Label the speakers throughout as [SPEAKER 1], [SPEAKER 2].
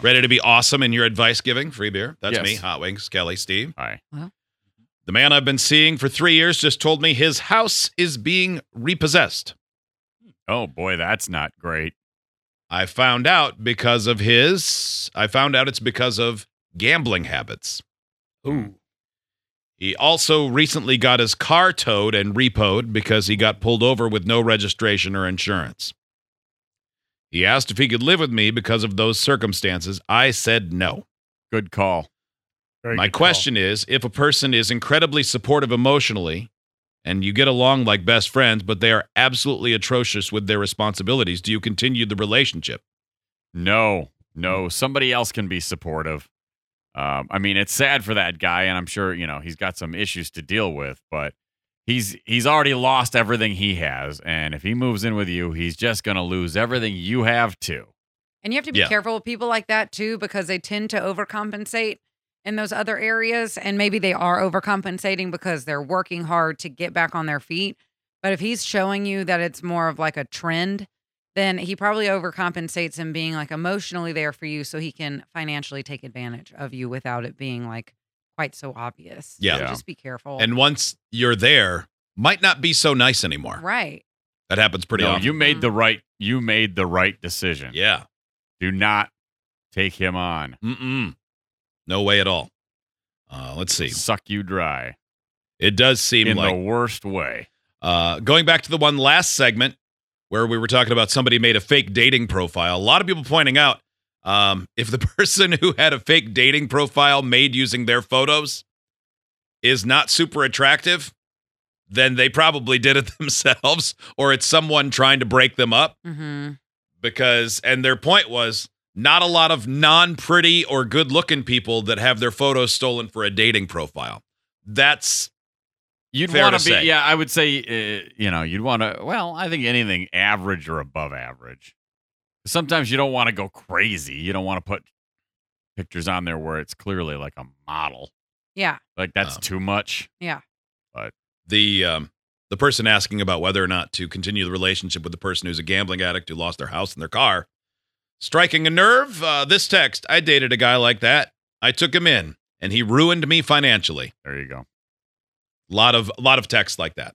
[SPEAKER 1] Ready to be awesome in your advice giving? Free beer. That's
[SPEAKER 2] Yes.
[SPEAKER 1] me, Hot Wings, Kelly, Steve.
[SPEAKER 2] Hi.
[SPEAKER 1] The man I've been seeing for three years just told me his house is being repossessed.
[SPEAKER 2] Oh boy, that's not great.
[SPEAKER 1] I found out because of his, I found out it's because of gambling habits.
[SPEAKER 2] Ooh.
[SPEAKER 1] He also recently got his car towed and repoed because he got pulled over with no registration or insurance. He asked if he could live with me because of those circumstances. I said no.
[SPEAKER 2] Good call.
[SPEAKER 3] Very
[SPEAKER 1] My
[SPEAKER 3] good call.
[SPEAKER 1] question is if a person is incredibly supportive emotionally and you get along like best friends, but they are absolutely atrocious with their responsibilities, do you continue the relationship?
[SPEAKER 2] No, no, somebody else can be supportive. Um, I mean, it's sad for that guy, and I'm sure you know he's got some issues to deal with, but he's he's already lost everything he has, and if he moves in with you, he's just gonna lose everything you have too.
[SPEAKER 4] And you have to be
[SPEAKER 1] Yeah.
[SPEAKER 4] careful with people like that too, because they tend to overcompensate in those other areas. And maybe they are overcompensating because they're working hard to get back on their feet. But if he's showing you that it's more of like a trend, then he probably overcompensates in being like emotionally there for you so he can financially take advantage of you without it being like quite so obvious. So
[SPEAKER 1] Yeah.
[SPEAKER 4] just be careful.
[SPEAKER 1] And once you're there, might not be so nice anymore.
[SPEAKER 4] right.
[SPEAKER 1] That happens pretty
[SPEAKER 2] no,
[SPEAKER 1] often.
[SPEAKER 2] you made the right you made the right decision.
[SPEAKER 1] yeah.
[SPEAKER 2] Do not take him on.
[SPEAKER 1] Mm-mm. No way at all. Uh, let's see.
[SPEAKER 2] Suck you dry
[SPEAKER 1] It does seem
[SPEAKER 2] in
[SPEAKER 1] like
[SPEAKER 2] the worst way.
[SPEAKER 1] Uh, going back to the one last segment where we were talking about somebody made a fake dating profile, a lot of people pointing out um, if the person who had a fake dating profile made using their photos is not super attractive, then they probably did it themselves or it's someone trying to break them up
[SPEAKER 4] Mm-hmm.
[SPEAKER 1] because, and their point was, not a lot of non pretty or good looking people that have their photos stolen for a dating profile. That's
[SPEAKER 2] You'd
[SPEAKER 1] Fair
[SPEAKER 2] want
[SPEAKER 1] to
[SPEAKER 2] to be,
[SPEAKER 1] say.
[SPEAKER 2] yeah. I would say, uh, you know, you'd want to. Well, I think anything average or above average. Sometimes you don't want to go crazy. You don't want to put pictures on there where it's clearly like a model.
[SPEAKER 4] Yeah.
[SPEAKER 2] Like that's
[SPEAKER 1] Um,
[SPEAKER 2] too much.
[SPEAKER 1] the um, the person asking about whether or not to continue the relationship with the person who's a gambling addict who lost their house and their car, striking a nerve. Uh, this text: I dated a guy like that. I took him in, and he ruined me financially.
[SPEAKER 2] There you go.
[SPEAKER 1] Lot of lot of texts like that.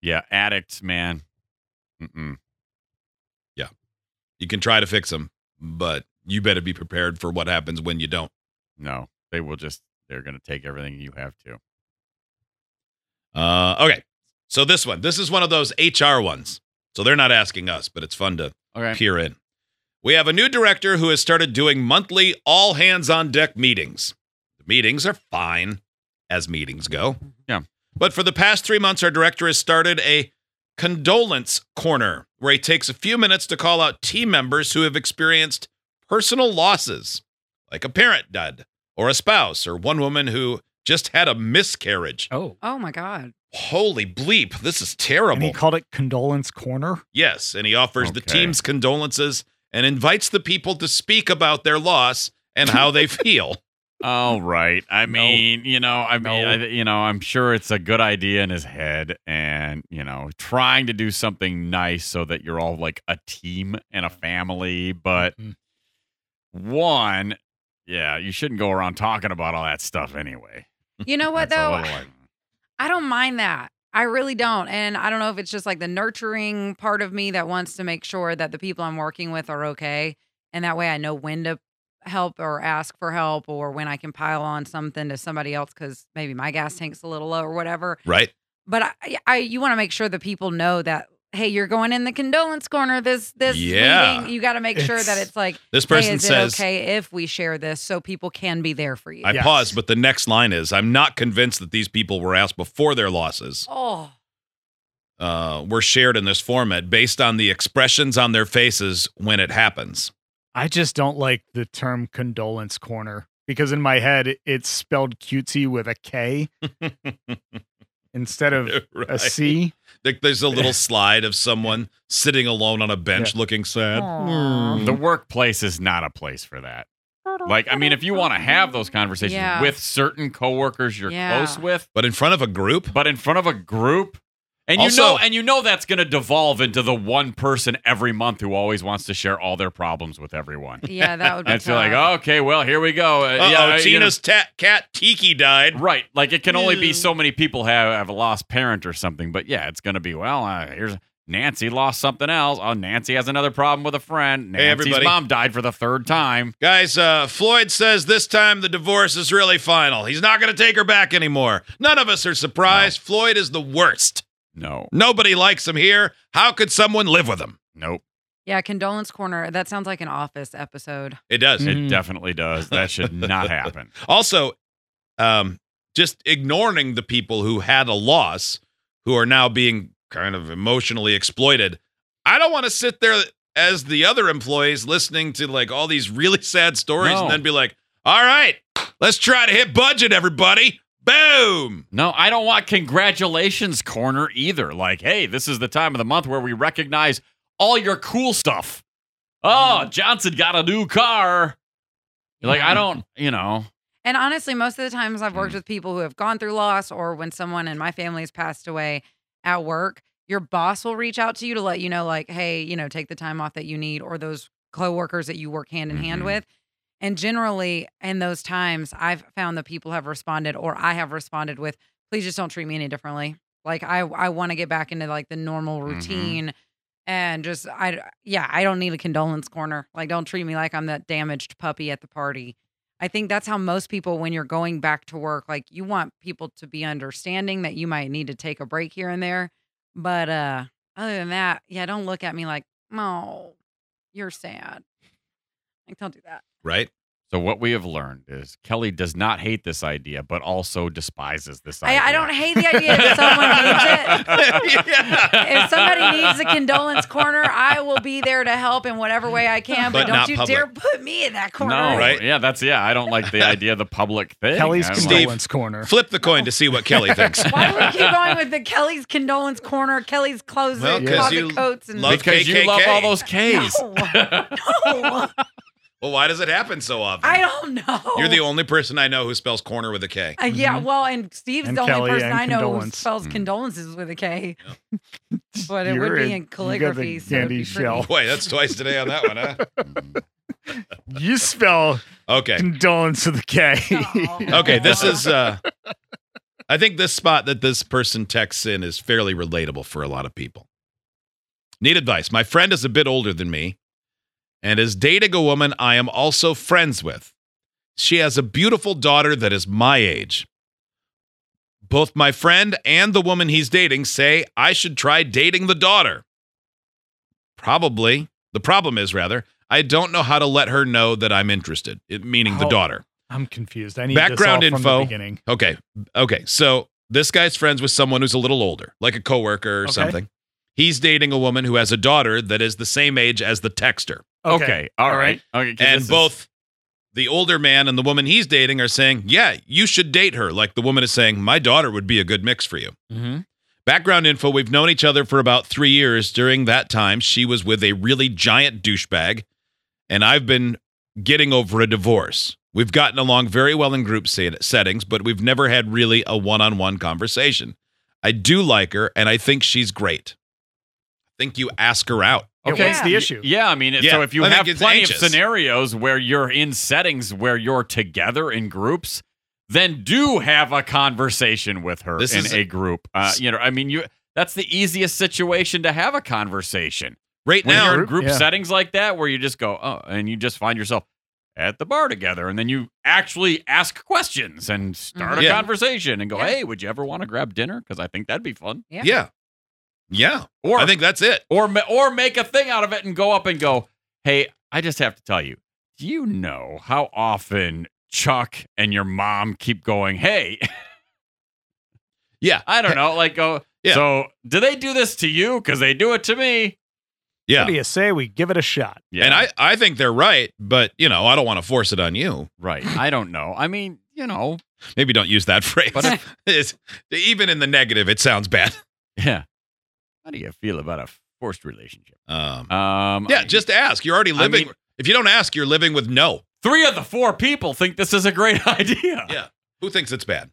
[SPEAKER 2] Yeah, addicts, man. Mm-mm.
[SPEAKER 1] You can try to fix them, but you better be prepared for what happens when you don't.
[SPEAKER 2] No, they will just. They're gonna take everything you have too.
[SPEAKER 1] Uh, okay, so this one, this is one of those HR ones. So they're not asking us, but it's fun to
[SPEAKER 2] Okay.
[SPEAKER 1] peer in. We have a new director who has started doing monthly all hands on deck meetings. The meetings are fine as meetings go.
[SPEAKER 2] Yeah.
[SPEAKER 1] But for the past three months, our director has started a condolence corner where he takes a few minutes to call out team members who have experienced personal losses, like a parent died, or a spouse, or one woman who just had a miscarriage.
[SPEAKER 3] Oh.
[SPEAKER 4] Oh my God.
[SPEAKER 1] Holy bleep, this is
[SPEAKER 3] And
[SPEAKER 1] terrible.
[SPEAKER 3] he called it condolence corner.
[SPEAKER 1] Yes, and he offers the
[SPEAKER 2] Okay.
[SPEAKER 1] team's condolences and invites the people to speak about their loss and how they feel.
[SPEAKER 2] All right. I mean, you know, I mean,
[SPEAKER 3] No.
[SPEAKER 2] I, you know, I'm sure it's a good idea in his head, and you know, trying to do something nice so that you're all like a team and a family. But
[SPEAKER 3] Mhm.
[SPEAKER 2] one, yeah, you shouldn't go around talking about all that stuff anyway.
[SPEAKER 4] You know what
[SPEAKER 2] That's a
[SPEAKER 4] though?
[SPEAKER 2] little like-
[SPEAKER 4] I don't mind that. I really don't. And I don't know if it's just like the nurturing part of me that wants to make sure that the people I'm working with are okay. And that way I know when to help or ask for help or when I can pile on something to somebody else because maybe my gas tank's a little low or whatever.
[SPEAKER 1] Right?
[SPEAKER 4] But I, I you want to make sure that people know that, hey, you're going in the condolence corner this this
[SPEAKER 1] Yeah.
[SPEAKER 4] meeting. You got to make sure that
[SPEAKER 3] It's-
[SPEAKER 4] it's like,
[SPEAKER 1] This
[SPEAKER 4] hey,
[SPEAKER 1] person
[SPEAKER 4] is
[SPEAKER 1] says,
[SPEAKER 4] it okay if we share this so people can be there for you?
[SPEAKER 1] I
[SPEAKER 3] Yes.
[SPEAKER 1] pause, but the next line is, I'm not convinced that these people were asked before their losses
[SPEAKER 4] oh,
[SPEAKER 1] uh, were shared in this format based on the expressions on their faces when it happens.
[SPEAKER 3] I just don't like the term condolence corner because in my head it's spelled cutesy with a K instead of a
[SPEAKER 1] Right.
[SPEAKER 3] C.
[SPEAKER 1] Like, There's a little slide of someone sitting alone on a bench looking sad.
[SPEAKER 4] Hmm.
[SPEAKER 2] The workplace is not a place for that. Like, I mean, if you want to have those conversations
[SPEAKER 4] Yeah.
[SPEAKER 2] with certain coworkers you're
[SPEAKER 4] Yeah.
[SPEAKER 2] close with,
[SPEAKER 1] But in front of a group,
[SPEAKER 2] but in front of a group, And
[SPEAKER 1] Also-
[SPEAKER 2] you know, and you know that's going to devolve into the one person every month who always wants to share all their problems with everyone.
[SPEAKER 4] Yeah, that would be
[SPEAKER 2] And so, like,
[SPEAKER 4] tough.
[SPEAKER 2] okay, well, here we go. Uh,
[SPEAKER 1] Uh-oh,
[SPEAKER 2] yeah, you know-
[SPEAKER 1] Tina's ta- cat Tiki died.
[SPEAKER 2] Right. Like it can only be
[SPEAKER 1] Yeah.
[SPEAKER 2] so many people have, have a lost parent or something. But yeah, it's going to be, well, uh, here's Nancy lost something else. Oh, Nancy has another problem with a friend.
[SPEAKER 1] Hey,
[SPEAKER 2] Nancy's
[SPEAKER 1] everybody.
[SPEAKER 2] mom died for the third time.
[SPEAKER 1] Guys, uh, Floyd says this time the divorce is really final. He's not going to take her back anymore. None of us are surprised. Floyd is the worst.
[SPEAKER 2] No.
[SPEAKER 1] Nobody likes him here. How could someone live with him?
[SPEAKER 2] Nope.
[SPEAKER 4] Yeah, condolence corner. That sounds like an office episode.
[SPEAKER 1] It does.
[SPEAKER 2] It
[SPEAKER 3] Mhm.
[SPEAKER 2] definitely does. That should not happen.
[SPEAKER 1] Also, um, just ignoring the people who had a loss, who are now being kind of emotionally exploited. I don't want to sit there as the other employees listening to like all these really sad stories
[SPEAKER 2] No.
[SPEAKER 1] and then be like, all right, let's try to hit budget, everybody. Boom.
[SPEAKER 2] No, I don't want congratulations corner either. Like, hey, this is the time of the month where we recognize all your cool stuff.
[SPEAKER 4] Mm-hmm.
[SPEAKER 2] Oh, Johnson got a new car. You're Like, I don't, you know.
[SPEAKER 4] And honestly, most of the times I've worked with people who have gone through loss or when someone in my family has passed away at work, your boss will reach out to you to let you know, like, hey, you know, take the time off that you need, or those coworkers that you work hand in hand
[SPEAKER 2] Mhm.
[SPEAKER 4] with. And generally, in those times, I've found that people have responded, or I have responded with, please just don't treat me any differently. Like, I, I want to get back into like the normal
[SPEAKER 2] Mhm.
[SPEAKER 4] routine. And just I yeah, I don't need a condolence corner. Like don't treat me like I'm that damaged puppy at the party. I think that's how most people, when you're going back to work, like you want people to be understanding that you might need to take a break here and there. But uh other than that, yeah, don't look at me like, oh, you're sad. Like, don't do that.
[SPEAKER 1] Right?
[SPEAKER 2] So what we have learned is Kelly does not hate this idea, but also despises this idea.
[SPEAKER 4] I, I don't hate the idea if someone needs it. If somebody needs a condolence corner, I will be there to help in whatever way I can. But,
[SPEAKER 1] But
[SPEAKER 4] don't
[SPEAKER 1] not
[SPEAKER 4] you
[SPEAKER 1] public.
[SPEAKER 4] dare put me in that corner.
[SPEAKER 2] no,
[SPEAKER 1] right?
[SPEAKER 2] Yeah, that's yeah. I don't like the idea of the public thing.
[SPEAKER 3] Kelly's
[SPEAKER 2] I'm
[SPEAKER 1] Steve.
[SPEAKER 3] condolence corner.
[SPEAKER 1] Flip the coin to see what Kelly thinks.
[SPEAKER 4] Why do we keep going with the Kelly's condolence corner, Kelly's clothes,
[SPEAKER 1] Well,
[SPEAKER 4] and
[SPEAKER 3] 'cause
[SPEAKER 1] you
[SPEAKER 4] closet coats, and
[SPEAKER 1] love
[SPEAKER 2] like, because you
[SPEAKER 1] KKK.
[SPEAKER 2] love all those K's.
[SPEAKER 4] No. no.
[SPEAKER 1] well, why does it happen so often?
[SPEAKER 4] I don't know.
[SPEAKER 1] You're the only Mm-hmm. person I know who spells corner with a K.
[SPEAKER 4] Uh, yeah, well, and Steve's
[SPEAKER 3] And
[SPEAKER 4] the only
[SPEAKER 3] Kelly
[SPEAKER 4] person
[SPEAKER 3] and
[SPEAKER 4] I know
[SPEAKER 3] condolence.
[SPEAKER 4] who spells
[SPEAKER 2] Mm.
[SPEAKER 4] condolences with a K. But it
[SPEAKER 3] You're
[SPEAKER 4] would be
[SPEAKER 3] a- you
[SPEAKER 4] in
[SPEAKER 3] got the
[SPEAKER 4] calligraphy. so it'd be pretty-
[SPEAKER 3] dandy shell.
[SPEAKER 1] Boy, that's twice today on that one, huh?
[SPEAKER 3] You spell
[SPEAKER 1] Okay.
[SPEAKER 3] condolence with a K.
[SPEAKER 4] Aw.
[SPEAKER 1] Okay, this is uh I think this spot that this person texts in is fairly relatable for a lot of people. Need advice. My friend is a bit older than me and is dating a woman I am also friends with. She has a beautiful daughter that is my age. Both my friend and the woman he's dating say I should try dating the daughter. Probably. The problem is rather, I don't know how to let her know that I'm interested, it, meaning the
[SPEAKER 3] Oh.
[SPEAKER 1] daughter.
[SPEAKER 3] I'm confused. I need
[SPEAKER 1] Background
[SPEAKER 3] this all
[SPEAKER 1] info.
[SPEAKER 3] From the beginning.
[SPEAKER 1] Okay. Okay. So this guy's friends with someone who's a little older, like a coworker or
[SPEAKER 3] Okay.
[SPEAKER 1] something. He's dating a woman who has a daughter that is the same age as the texter.
[SPEAKER 2] okay. all
[SPEAKER 3] all
[SPEAKER 2] right.
[SPEAKER 3] right.
[SPEAKER 2] Okay, 'cause this
[SPEAKER 1] And
[SPEAKER 2] is-
[SPEAKER 1] both the older man and the woman he's dating are saying, Yeah, you should date her. Like the woman is saying, My daughter would be a good mix for you. Background info We've known each other for about three years. During that time, she was with a really giant douchebag, and I've been getting over a divorce. We've gotten along very well in group se- settings, but we've never had really a one on one conversation. I do like her, and I think she's great. I think you ask her out.
[SPEAKER 3] Yeah,
[SPEAKER 2] Okay.
[SPEAKER 3] What's the issue?
[SPEAKER 2] Yeah, I mean, it-
[SPEAKER 1] Yeah,
[SPEAKER 2] so if you
[SPEAKER 1] I think
[SPEAKER 2] have
[SPEAKER 1] it's
[SPEAKER 2] plenty
[SPEAKER 1] anxious.
[SPEAKER 2] of scenarios where you're in settings where you're together in groups, then do have a conversation with her
[SPEAKER 1] This
[SPEAKER 2] in
[SPEAKER 1] is-
[SPEAKER 2] a group. Uh, you know, I mean, you that's the easiest situation to have a conversation.
[SPEAKER 1] Right
[SPEAKER 2] When
[SPEAKER 1] now,
[SPEAKER 2] you're in group
[SPEAKER 3] Yeah.
[SPEAKER 2] settings like that, where you just go, oh, and you just find yourself at the bar together, and then you actually ask questions and start a
[SPEAKER 1] Mm-hmm. Yeah.
[SPEAKER 2] conversation and go,
[SPEAKER 4] Yeah.
[SPEAKER 2] hey, would you ever want to grab dinner? Because I think that'd be fun.
[SPEAKER 4] Yeah.
[SPEAKER 1] yeah. Yeah.
[SPEAKER 2] Or
[SPEAKER 1] I think that's it.
[SPEAKER 2] or ma- or make a thing out of it and go up and go, "Hey, I just have to tell you, do you know how often Chuck and your mom keep going, hey,
[SPEAKER 1] Yeah.
[SPEAKER 2] I don't know, like go,
[SPEAKER 1] Yeah.
[SPEAKER 2] so do they do this to you? Because they do it to me."
[SPEAKER 1] Yeah.
[SPEAKER 3] What do you say? We give it a shot.
[SPEAKER 2] Yeah,
[SPEAKER 1] And I, I think they're right, but, you know, I don't want to force it on you.
[SPEAKER 2] right, I don't know. I mean, you know,
[SPEAKER 1] Maybe don't use that phrase.
[SPEAKER 2] But
[SPEAKER 1] It's- even in the negative, it sounds bad.
[SPEAKER 2] yeah. How do you feel about a forced relationship?
[SPEAKER 1] Um,
[SPEAKER 2] Um,
[SPEAKER 1] yeah,
[SPEAKER 2] I-
[SPEAKER 1] just ask. You're already
[SPEAKER 2] I
[SPEAKER 1] living.
[SPEAKER 2] mean-
[SPEAKER 1] if you don't ask, you're living with no.
[SPEAKER 2] three of the four people think this is a great idea.
[SPEAKER 1] Yeah. Who thinks it's bad?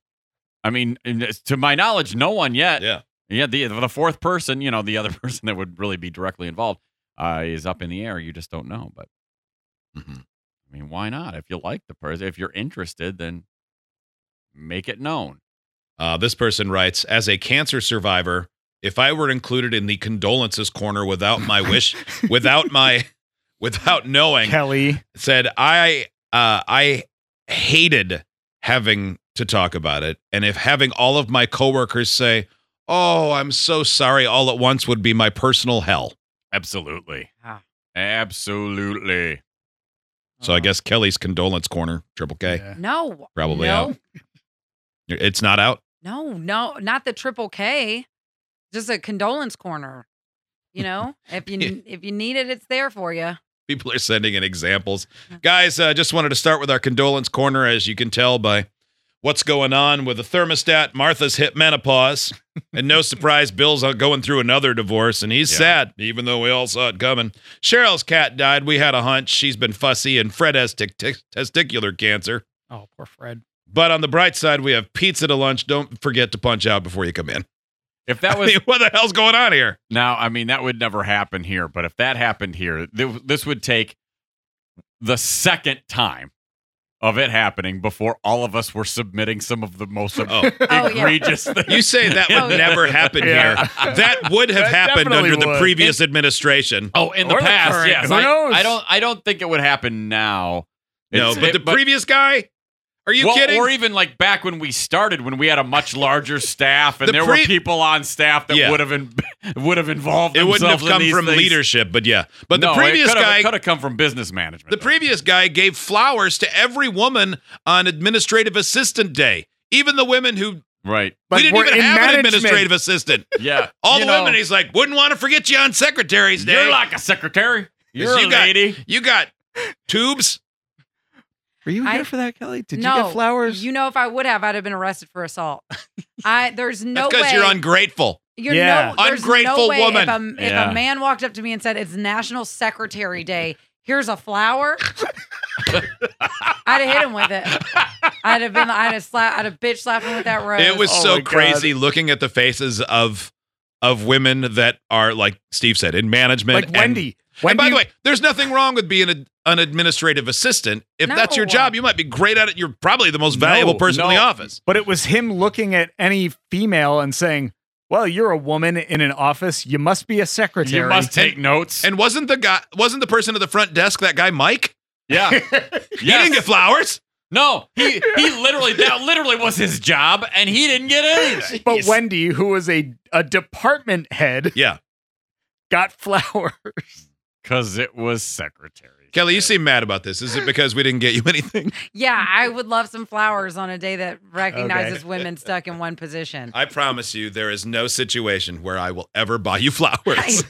[SPEAKER 2] I mean, and it's- to my knowledge, no one yet.
[SPEAKER 1] Yeah.
[SPEAKER 2] Yeah, the the fourth person, you know, the other person that would really be directly involved uh, is up in the air. You just don't know. But
[SPEAKER 1] Mhm.
[SPEAKER 2] I mean, why not? If you like the person, if you're interested, then make it known.
[SPEAKER 1] Uh, this person writes As a cancer survivor, if I were included in the condolences corner without my wish, without my, without knowing,
[SPEAKER 3] Kelly.
[SPEAKER 1] said I uh, I hated having to talk about it, and if having all of my coworkers say, "Oh, I'm so sorry," all at once would be my personal hell.
[SPEAKER 2] Absolutely.
[SPEAKER 4] Ah.
[SPEAKER 2] Absolutely.
[SPEAKER 1] So I guess Kelly's condolence corner, triple K,
[SPEAKER 3] Uh-huh. Yeah.
[SPEAKER 4] No.
[SPEAKER 1] probably
[SPEAKER 4] no,
[SPEAKER 1] out. It's not out.
[SPEAKER 4] No, no, not the triple K. Just a condolence corner. You know, if you
[SPEAKER 1] Yeah.
[SPEAKER 4] if you need it, it's there for you.
[SPEAKER 1] People are sending in examples. Guys, uh, just wanted to start with our condolence corner, as you can tell by what's going on with the thermostat. Martha's hit menopause. And no surprise, Bill's uh, going through another divorce, and he's
[SPEAKER 2] Yeah.
[SPEAKER 1] sad, even though we all saw it coming. Cheryl's cat died. We had a hunch. She's been fussy, and Fred has tic- tic- testicular cancer.
[SPEAKER 3] Oh, poor Fred.
[SPEAKER 1] But on the bright side, we have pizza to lunch. Don't forget to punch out before you come in.
[SPEAKER 2] If that
[SPEAKER 1] I
[SPEAKER 2] was
[SPEAKER 1] mean, what the hell's going on here?
[SPEAKER 2] now, I mean, that would never happen here. But if that happened here, th- this would take the second time of it happening before all of us were submitting some of the most
[SPEAKER 1] Oh,
[SPEAKER 4] yeah.
[SPEAKER 2] egregious things.
[SPEAKER 1] you say that
[SPEAKER 4] Oh,
[SPEAKER 1] would
[SPEAKER 4] yeah.
[SPEAKER 1] never happen here.
[SPEAKER 3] Yeah.
[SPEAKER 1] That would have
[SPEAKER 3] That
[SPEAKER 1] happened
[SPEAKER 3] definitely
[SPEAKER 1] under the
[SPEAKER 3] would.
[SPEAKER 1] previous administration.
[SPEAKER 2] Oh, in the
[SPEAKER 3] Or the
[SPEAKER 2] past,
[SPEAKER 3] current.
[SPEAKER 2] yes.
[SPEAKER 3] Who
[SPEAKER 2] I,
[SPEAKER 3] knows?
[SPEAKER 2] I don't. I don't think it would happen now.
[SPEAKER 1] No,
[SPEAKER 2] It's-
[SPEAKER 1] but the
[SPEAKER 2] it- but-
[SPEAKER 1] previous guy? Are you
[SPEAKER 2] well,
[SPEAKER 1] kidding?
[SPEAKER 2] Or even like back when we started, when we had a much larger staff, and
[SPEAKER 1] The
[SPEAKER 2] there
[SPEAKER 1] pre-
[SPEAKER 2] were people on staff that
[SPEAKER 1] Yeah.
[SPEAKER 2] would have in, would have involved.
[SPEAKER 1] it wouldn't have
[SPEAKER 2] themselves in
[SPEAKER 1] come
[SPEAKER 2] these
[SPEAKER 1] from
[SPEAKER 2] things.
[SPEAKER 1] leadership, but yeah. But
[SPEAKER 2] No,
[SPEAKER 1] the previous
[SPEAKER 2] it could
[SPEAKER 1] guy,
[SPEAKER 2] could have come from business management.
[SPEAKER 1] the
[SPEAKER 2] though.
[SPEAKER 1] previous guy gave flowers to every woman on administrative assistant day. Even the women who
[SPEAKER 2] right?
[SPEAKER 1] we
[SPEAKER 3] But
[SPEAKER 1] didn't
[SPEAKER 3] we're
[SPEAKER 1] even
[SPEAKER 3] in
[SPEAKER 1] have an
[SPEAKER 3] management.
[SPEAKER 1] administrative assistant.
[SPEAKER 2] Yeah,
[SPEAKER 1] All
[SPEAKER 2] You
[SPEAKER 1] the
[SPEAKER 2] know,
[SPEAKER 1] women, he's like, wouldn't want to forget you on Secretary's Day.
[SPEAKER 2] You're like a secretary. You're
[SPEAKER 1] you
[SPEAKER 2] a
[SPEAKER 1] got-
[SPEAKER 2] lady.
[SPEAKER 1] you got tubes.
[SPEAKER 5] Were you
[SPEAKER 4] I-
[SPEAKER 5] here for that, Kelly? Did
[SPEAKER 4] no,
[SPEAKER 5] you get flowers?
[SPEAKER 4] You know, if I would have, I'd have been arrested for assault. I there's no
[SPEAKER 1] That's because
[SPEAKER 4] way
[SPEAKER 1] you're ungrateful.
[SPEAKER 4] You're
[SPEAKER 3] Yeah.
[SPEAKER 4] no, there's
[SPEAKER 1] Ungrateful
[SPEAKER 4] no way
[SPEAKER 1] woman.
[SPEAKER 4] If a, if
[SPEAKER 2] Yeah.
[SPEAKER 4] a man walked up to me and said, "It's National Secretary Day. Here's a flower," I'd have hit him with it. I'd have been, I'd have slapped, I'd have bitch slapped him with that rose.
[SPEAKER 1] It was
[SPEAKER 3] Oh my
[SPEAKER 1] so
[SPEAKER 3] God.
[SPEAKER 1] crazy looking at the faces of of women that are like Steve said in management.
[SPEAKER 3] Like
[SPEAKER 1] and-
[SPEAKER 3] Wendy. Wendy.
[SPEAKER 1] and by the way, there's nothing wrong with being a, an administrative assistant. If that's your
[SPEAKER 4] No.
[SPEAKER 1] job, you might be great at it. You're probably the most
[SPEAKER 3] No,
[SPEAKER 1] valuable person in the
[SPEAKER 2] no.
[SPEAKER 1] office.
[SPEAKER 3] But it was him looking at any female and saying, "Well, you're a woman in an office. You must be a secretary."
[SPEAKER 2] You must take notes.
[SPEAKER 1] And wasn't the guy wasn't the person at the front desk that guy Mike?
[SPEAKER 2] yeah,
[SPEAKER 1] He didn't get flowers.
[SPEAKER 2] No, he he literally that literally was his job, and he didn't get anything.
[SPEAKER 3] But
[SPEAKER 1] Jeez.
[SPEAKER 3] Wendy, who was a a department head,
[SPEAKER 1] Yeah.
[SPEAKER 3] got flowers.
[SPEAKER 2] Because it was secretary.
[SPEAKER 1] Kelly, you seem mad about this. Is it because we didn't get you anything?
[SPEAKER 4] yeah, I would love some flowers on a day that recognizes women stuck in one position.
[SPEAKER 1] I promise you, there is no situation where I will ever buy you flowers.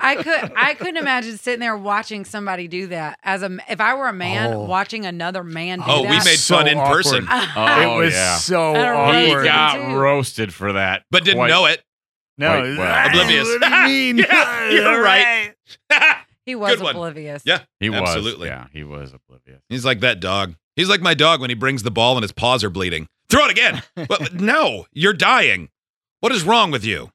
[SPEAKER 4] I could, I couldn't imagine sitting there watching somebody do that as a. If I were a man
[SPEAKER 3] Oh.
[SPEAKER 4] watching another man do
[SPEAKER 1] Oh, we
[SPEAKER 4] that.
[SPEAKER 1] made
[SPEAKER 3] So
[SPEAKER 1] fun in
[SPEAKER 3] awkward.
[SPEAKER 1] person,
[SPEAKER 2] Oh,
[SPEAKER 3] it was
[SPEAKER 2] yeah.
[SPEAKER 4] I
[SPEAKER 3] so
[SPEAKER 4] don't know.
[SPEAKER 2] He
[SPEAKER 3] awkward.
[SPEAKER 2] got
[SPEAKER 4] Dude.
[SPEAKER 2] roasted for that,
[SPEAKER 1] but didn't
[SPEAKER 2] Quite-
[SPEAKER 1] know it.
[SPEAKER 3] no,
[SPEAKER 2] Wait, well.
[SPEAKER 1] Oblivious.
[SPEAKER 3] What do you mean?
[SPEAKER 1] Yeah, you're right.
[SPEAKER 4] he was
[SPEAKER 1] Good one.
[SPEAKER 4] oblivious.
[SPEAKER 1] Yeah.
[SPEAKER 2] He was
[SPEAKER 1] Absolutely.
[SPEAKER 2] Yeah, he was oblivious.
[SPEAKER 1] He's like that dog. He's like my dog when he brings the ball and his paws are bleeding. Throw it again. but no, you're dying. What is wrong with you?